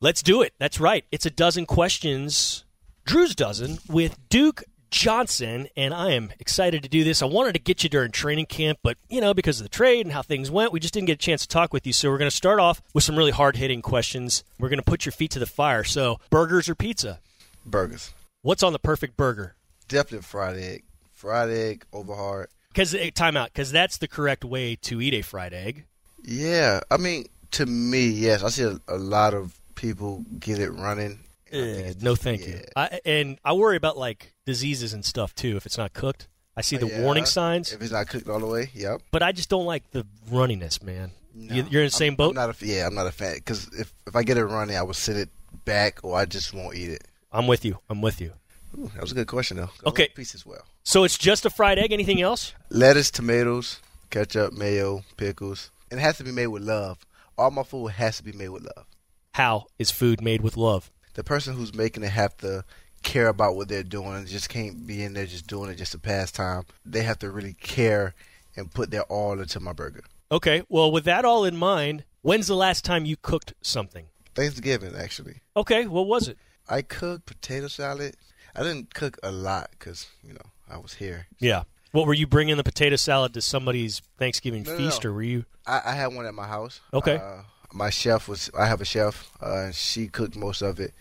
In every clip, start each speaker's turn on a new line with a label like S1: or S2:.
S1: Let's do it. That's right. It's a dozen questions, Drew's dozen, with Duke Johnson, and I am excited to do this. I wanted to get you during training camp, but, you know, because of the trade and how things went, we just didn't get a chance to talk with you. So we're going to start off with some really hard hitting questions. We're going to put your feet to the fire. So, burgers or pizza?
S2: Burgers.
S1: What's on the perfect burger?
S2: Definitely fried egg. Fried egg over hard.
S1: Because, time out, because that's the correct way to eat a fried egg.
S2: Yeah. I mean, to me, yes. I see a, a lot of people get it running. and I think
S1: Eh,
S2: it's-
S1: no, thank you.
S2: yeah.
S1: I, and I worry about like diseases and stuff too if it's not cooked. I see the
S2: Yeah.
S1: warning signs,
S2: If it's not cooked all the way, yep.
S1: but I just don't like the runniness, man.
S2: No.
S1: You- You're in the same
S2: I'm
S1: boat.
S2: not a, yeah, I'm not a fan. Because if, if I get it running, I will sit it back or I just won't eat it.
S1: I'm with you. I'm with you.
S2: Ooh, that was a good question, though. Go
S1: Okay.
S2: with Peace as well.
S1: So it's just a fried egg. Anything else?
S2: Lettuce, tomatoes, ketchup, mayo, pickles. And it has to be made with love. All my food has to be made with love.
S1: How is food made with love?
S2: The person who's making it have to care about what they're doing. It just can't be in there just doing it just to pass time. They have to really care and put their all into my burger.
S1: Okay. Well, with that all in mind, when's the last time you cooked something?
S2: Thanksgiving, actually.
S1: Okay. What was it?
S2: I cooked potato salad. I didn't cook a lot because, you know, I was here.
S1: Yeah. What were you bringing the potato salad to somebody's Thanksgiving
S2: No, no,
S1: feast,
S2: no.
S1: or were you?
S2: I, I had one at my house.
S1: Okay.
S2: Uh, my chef was. I have a chef. Uh, she cooked most of it,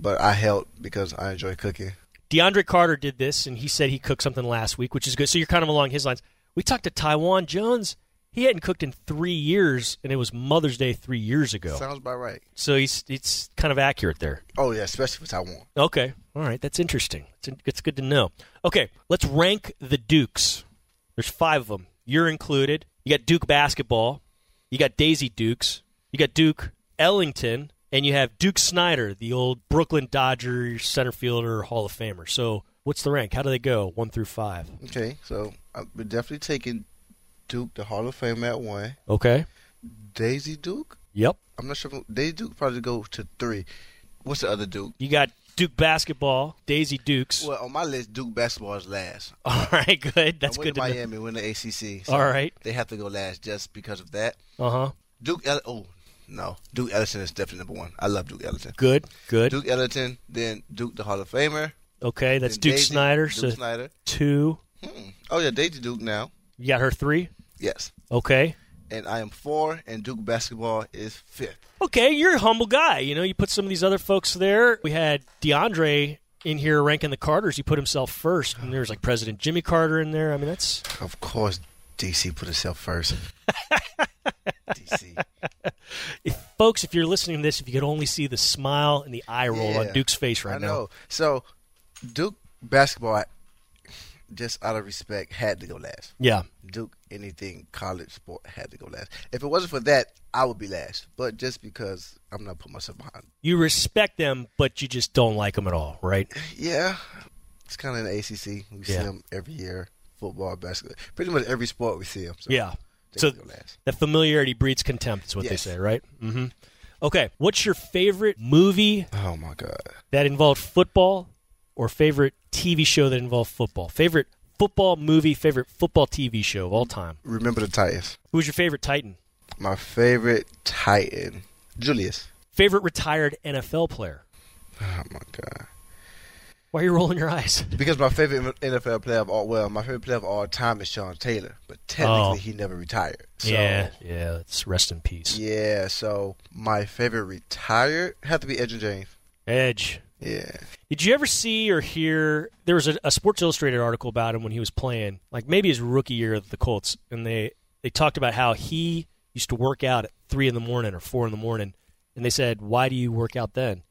S2: but I helped because I enjoy cooking.
S1: DeAndre Carter did this, and he said he cooked something last week, which is good. So you're kind of along his lines. We talked to Taiwan Jones. He hadn't cooked in three years, and it was Mother's Day three years ago.
S2: Sounds about right.
S1: so he's it's kind of accurate there.
S2: Oh yeah, especially for Taiwan.
S1: Okay, all right, that's interesting. It's, it's good to know. Okay, let's rank the Dukes. There's five of them. You're included. You got Duke basketball. You got Daisy Dukes. You got Duke Ellington, and you have Duke Snyder, the old Brooklyn Dodger center fielder, Hall of Famer. So what's the rank? How do they go? One through five.
S2: Okay, so I'm definitely taking Duke, the Hall of Fame at one.
S1: Okay.
S2: Daisy Duke.
S1: Yep.
S2: I'm not sure. If, Daisy Duke probably go to three. What's the other Duke?
S1: You got Duke basketball, Daisy Dukes.
S2: Well, on my list, Duke basketball is last.
S1: All right, good. That's
S2: I
S1: good
S2: went
S1: to
S2: to
S1: know.
S2: Miami, win the ACC.
S1: All right.
S2: they have to go last just because of that.
S1: Uh huh.
S2: Duke. Ell- oh no, Duke Ellington is definitely number one. I love Duke Ellington.
S1: Good. Good.
S2: Duke Ellington, then Duke the Hall of Famer.
S1: okay, that's
S2: then
S1: Duke
S2: Daisy,
S1: Snyder.
S2: Duke
S1: so
S2: Snyder.
S1: two.
S2: Hmm. Oh yeah, Daisy Duke now.
S1: You got her three.
S2: Yes,
S1: Okay.
S2: and I am four, and Duke basketball is fifth.
S1: Okay, you're a humble guy. You know, you put some of these other folks there. We had DeAndre in here ranking the Carters. He put himself first, and there's like President Jimmy Carter in there. I mean, that's
S2: Of course, DC put itself first. DC.
S1: if, folks. If you're listening to this, if you could only see the smile and the eye roll
S2: Yeah.
S1: on Duke's face right
S2: I
S1: now.
S2: know. So Duke basketball, just out of respect, had to go last.
S1: Yeah.
S2: Duke anything college sport had to go last. If it wasn't for that, I would be last. But just because I'm not putting myself behind.
S1: You respect them, but you just don't like them at all, right?
S2: Yeah, it's kind of in the ACC. We see
S1: Yeah.
S2: them every year. Football, basketball, pretty much every sport we see them. So
S1: yeah.
S2: they
S1: So
S2: go last.
S1: that familiarity breeds contempt. Is what
S2: Yes.
S1: they say, right? Mm-hmm. Okay. What's your favorite movie
S2: Oh my god,
S1: that involved football or favorite TV show that involved football? Favorite football movie, favorite football TV show of all time.
S2: remember the Titans?
S1: Who was your favorite Titan?
S2: My favorite Titan, Julius.
S1: Favorite retired NFL player?
S2: Oh my god.
S1: Why are you rolling your eyes?
S2: Because my favorite NFL player of all, well, my favorite player of all time is Sean Taylor, but technically
S1: Oh.
S2: he never retired. So,
S1: yeah, yeah. Let's rest in peace.
S2: Yeah, so my favorite retired had to be Edgerton James.
S1: Edge.
S2: Yeah.
S1: Did you ever see or hear? There was a, a Sports Illustrated article about him when he was playing, like maybe his rookie year of the Colts, and they they talked about how he used to work out at three in the morning or four in the morning, and they said, "Why do you work out then?"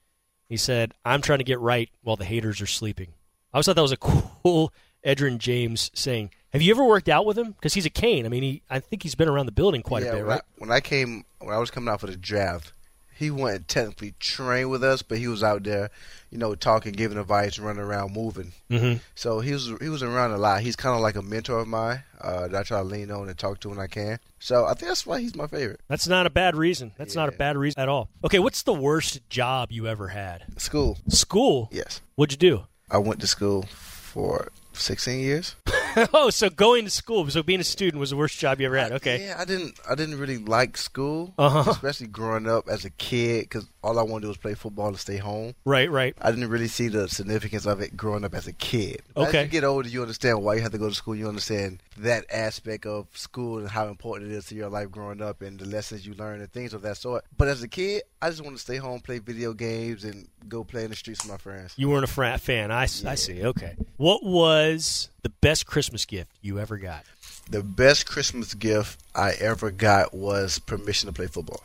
S1: He said, "I'm trying to get right while the haters are sleeping." I always thought that was a cool Edrin James saying. Have you ever worked out with him? Because he's a Cane. I mean, he I think he's been around the building quite
S2: yeah,
S1: a bit,
S2: when I-
S1: right?
S2: when I came, when I was coming out for the draft, he wouldn't technically train with us, but he was out there, you know, talking, giving advice, running around, moving.
S1: Mm-hmm.
S2: So he was he was around a lot. He's kind of like a mentor of mine uh, that I try to lean on and talk to when I can. So I think that's why he's my favorite.
S1: That's not a bad reason. That's not a
S2: Yeah.
S1: bad reason at all. Okay, what's the worst job you ever had?
S2: School,
S1: School.
S2: yes,
S1: What'd you do?
S2: I went to school for 16 years.
S1: oh, so going to school, so being a student was the worst job you ever had. Okay.
S2: Yeah, I didn't I didn't really like school,
S1: Uh-huh.
S2: especially growing up as a kid, because all I want to do is play football and stay home.
S1: Right, right.
S2: I didn't really see the significance of it growing up as a kid. But
S1: Okay.
S2: As you get older, you understand why you have to go to school. You understand that aspect of school and how important it is to your life growing up and the lessons you learn and things of that sort. But as a kid, I just wanted to stay home, play video games, and go play in the streets with my friends.
S1: You weren't a frat fan. I, s- I see. Okay. What was the best Christmas gift you ever got?
S2: The best Christmas gift I ever got was permission to play football.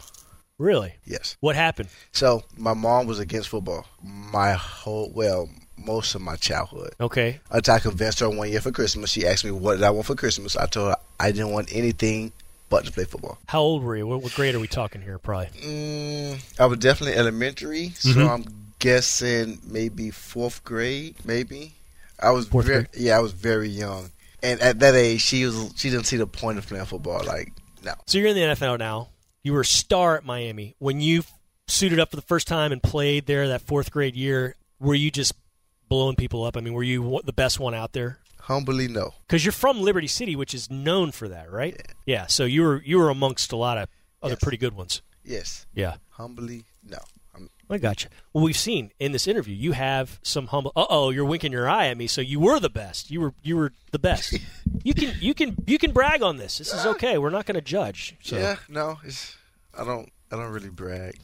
S1: Really?
S2: Yes.
S1: What happened?
S2: So my mom was against football my whole, well, most of my childhood.
S1: Okay.
S2: until I convinced her one year for Christmas. She asked me what did I want for Christmas. I told her I didn't want anything but to play football.
S1: How old were you? What, what grade are we talking here? Probably.
S2: Mm, I was definitely elementary, so
S1: Mhm.
S2: I'm guessing maybe fourth grade, maybe. I was
S1: Fourth
S2: very, yeah, I was very young, and at that age, she was she didn't see the point of playing football. Like no,
S1: So you're in the NFL now. You were a star at Miami. When you suited up for the first time and played there that fourth grade year, were you just blowing people up? I mean, were you wa- the best one out there?
S2: humbly no.
S1: Because you're from Liberty City, which is known for that, right? Yeah. So you were you were amongst a lot of other
S2: Yes.
S1: pretty good ones.
S2: Yes,
S1: Yeah.
S2: humbly no. I'm,
S1: I gotcha. Well, we've seen in this interview you have some humble. Uh oh, you're winking your eye at me. So you were the best. You were you were the best. you can you can you can brag on this. This is okay. We're not going to judge. So.
S2: Yeah, no. It's I don't I don't really brag.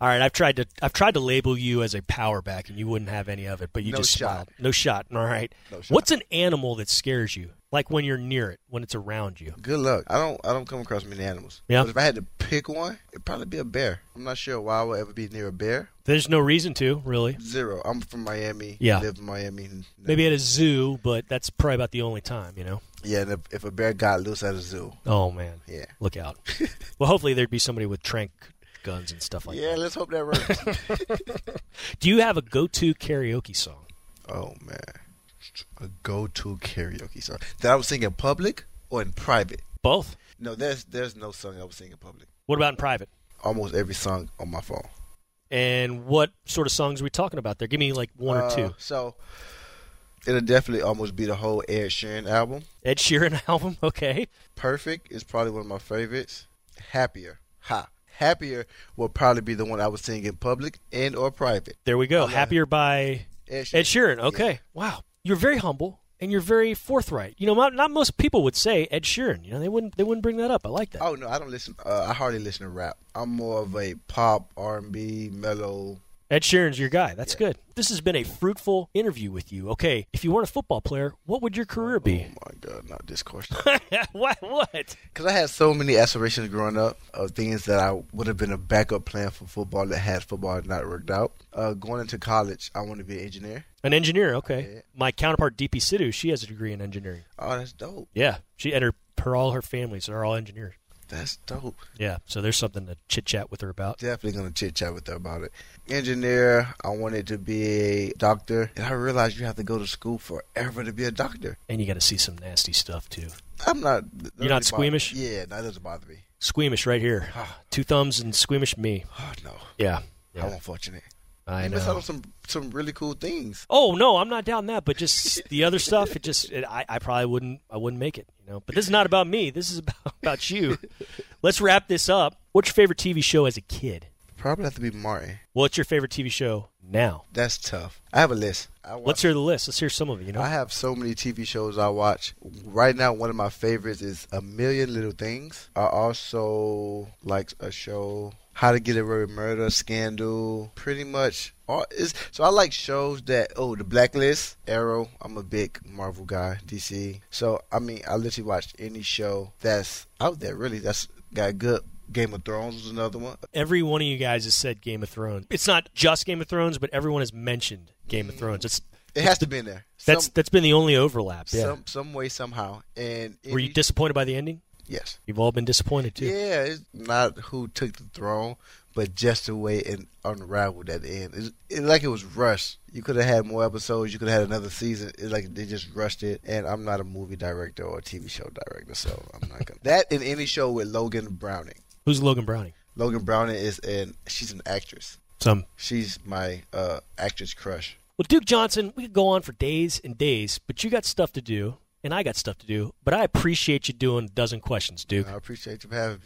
S1: All right, I've tried to I've tried to label you as a power back, and you wouldn't have any of it. But you
S2: No
S1: just
S2: shot.
S1: smiled. No shot. All right.
S2: No shot.
S1: What's an animal that scares you? Like when you're near it, when it's around you.
S2: Good luck. I don't. I don't come across many animals.
S1: Yeah.
S2: But if I had to pick one, it'd probably be a bear. I'm not sure why I would ever be near a bear.
S1: There's no reason to really.
S2: Zero. I'm from Miami.
S1: Yeah.
S2: Live in Miami. No.
S1: Maybe at a zoo, but that's probably about the only time. You know.
S2: Yeah. And if, if a bear got loose at a zoo,
S1: Oh man.
S2: yeah.
S1: Look out. well, hopefully there'd be somebody with trank guns and stuff like
S2: Yeah.
S1: that.
S2: Let's hope that runs.
S1: Do you have a go-to karaoke song?
S2: oh man. A go-to karaoke song that I would sing in public or in private.
S1: Both.
S2: No, there's there's no song I would sing in public.
S1: What about in private?
S2: Almost every song on my phone.
S1: And what sort of songs are we talking about there? Give me like one or
S2: Uh,
S1: two.
S2: So it'll definitely almost be the whole Ed Sheeran album.
S1: Ed Sheeran album, okay.
S2: Perfect is probably one of my favorites. Happier. Ha. Happier will probably be the one I would sing in public and or private.
S1: There we go.
S2: Okay.
S1: Happier by
S2: Ed Sheeran.
S1: Ed Sheeran. Okay. Wow. You're very humble and you're very forthright. You know, not, not most people would say Ed Sheeran. You know, they wouldn't they wouldn't bring that up. I like that.
S2: Oh no, I don't listen. Uh, I hardly listen to rap. I'm more of a pop, R&B, mellow.
S1: Ed Sheeran's your guy. That's good. This has been a fruitful interview with you. Okay, if you weren't a football player, what would your career
S2: Oh
S1: be?
S2: my god, not this question.
S1: what? What?
S2: Because I had so many aspirations growing up of things that I would have been a backup plan for football that had football not worked out. Uh, going into college, I want to be an engineer.
S1: An engineer, okay.
S2: Yeah.
S1: My counterpart DP Sidhu, she has a degree in engineering.
S2: Oh, that's dope.
S1: Yeah, she and her, her all her families are all engineers.
S2: That's dope.
S1: Yeah, so there's something to chit chat with her about.
S2: definitely gonna chit chat with her about it. Engineer, I wanted to be a doctor, and I realized you have to go to school forever to be a doctor.
S1: And you got to see some nasty stuff too.
S2: I'm not.
S1: You're
S2: that
S1: not
S2: really bother-
S1: squeamish?
S2: Yeah, that doesn't bother me.
S1: Squeamish right here. Two thumbs and squeamish me.
S2: Oh no,
S1: Yeah.
S2: how unfortunate.
S1: I
S2: you miss out
S1: know.
S2: on some some really cool things.
S1: Oh no, I'm not down that, but just the other stuff. It just it, I, I probably wouldn't I wouldn't make it, you know. But this is not about me. This is about about you. Let's wrap this up. What's your favorite TV show as a kid?
S2: Probably have to be Martin.
S1: What's your favorite TV show now?
S2: That's tough. I have a list. I watch,
S1: Let's hear the list. Let's hear some of it. You know.
S2: I have so many TV shows I watch. Right now, one of my favorites is A Million Little Things. I also like a show How to Get Away with Murder, Scandal, pretty much. All, it's, so I like shows that oh, The Blacklist, Arrow. I'm a big Marvel guy, DC. So I mean, I literally watch any show that's out there. Really, that's got good. Game of Thrones was another one.
S1: Every one of you guys has said Game of Thrones. It's not just Game of Thrones, but everyone has mentioned Game of Thrones. It's
S2: It has to be in there. Mm. Some,
S1: that's that's been the only overlap. Yeah.
S2: some some way somehow. And
S1: Were you
S2: any-
S1: disappointed by the ending?
S2: yes.
S1: You've all been disappointed too.
S2: Yeah, it's not who took the throne, but just the way it unraveled at the end. It's, it's like it was rushed. You could have had more episodes. You could have had another season. It's like they just rushed it. And I'm not a movie director or a TV show director, so I'm not gonna that in any show with Logan Browning.
S1: Who's Logan Browning?
S2: Logan Browning is an she's an actress.
S1: Some
S2: She's my uh, actress crush.
S1: Well, Duke Johnson, we could go on for days and days, but you got stuff to do, and I got stuff to do. But I appreciate you doing a dozen questions, Duke.
S2: I appreciate you for having me.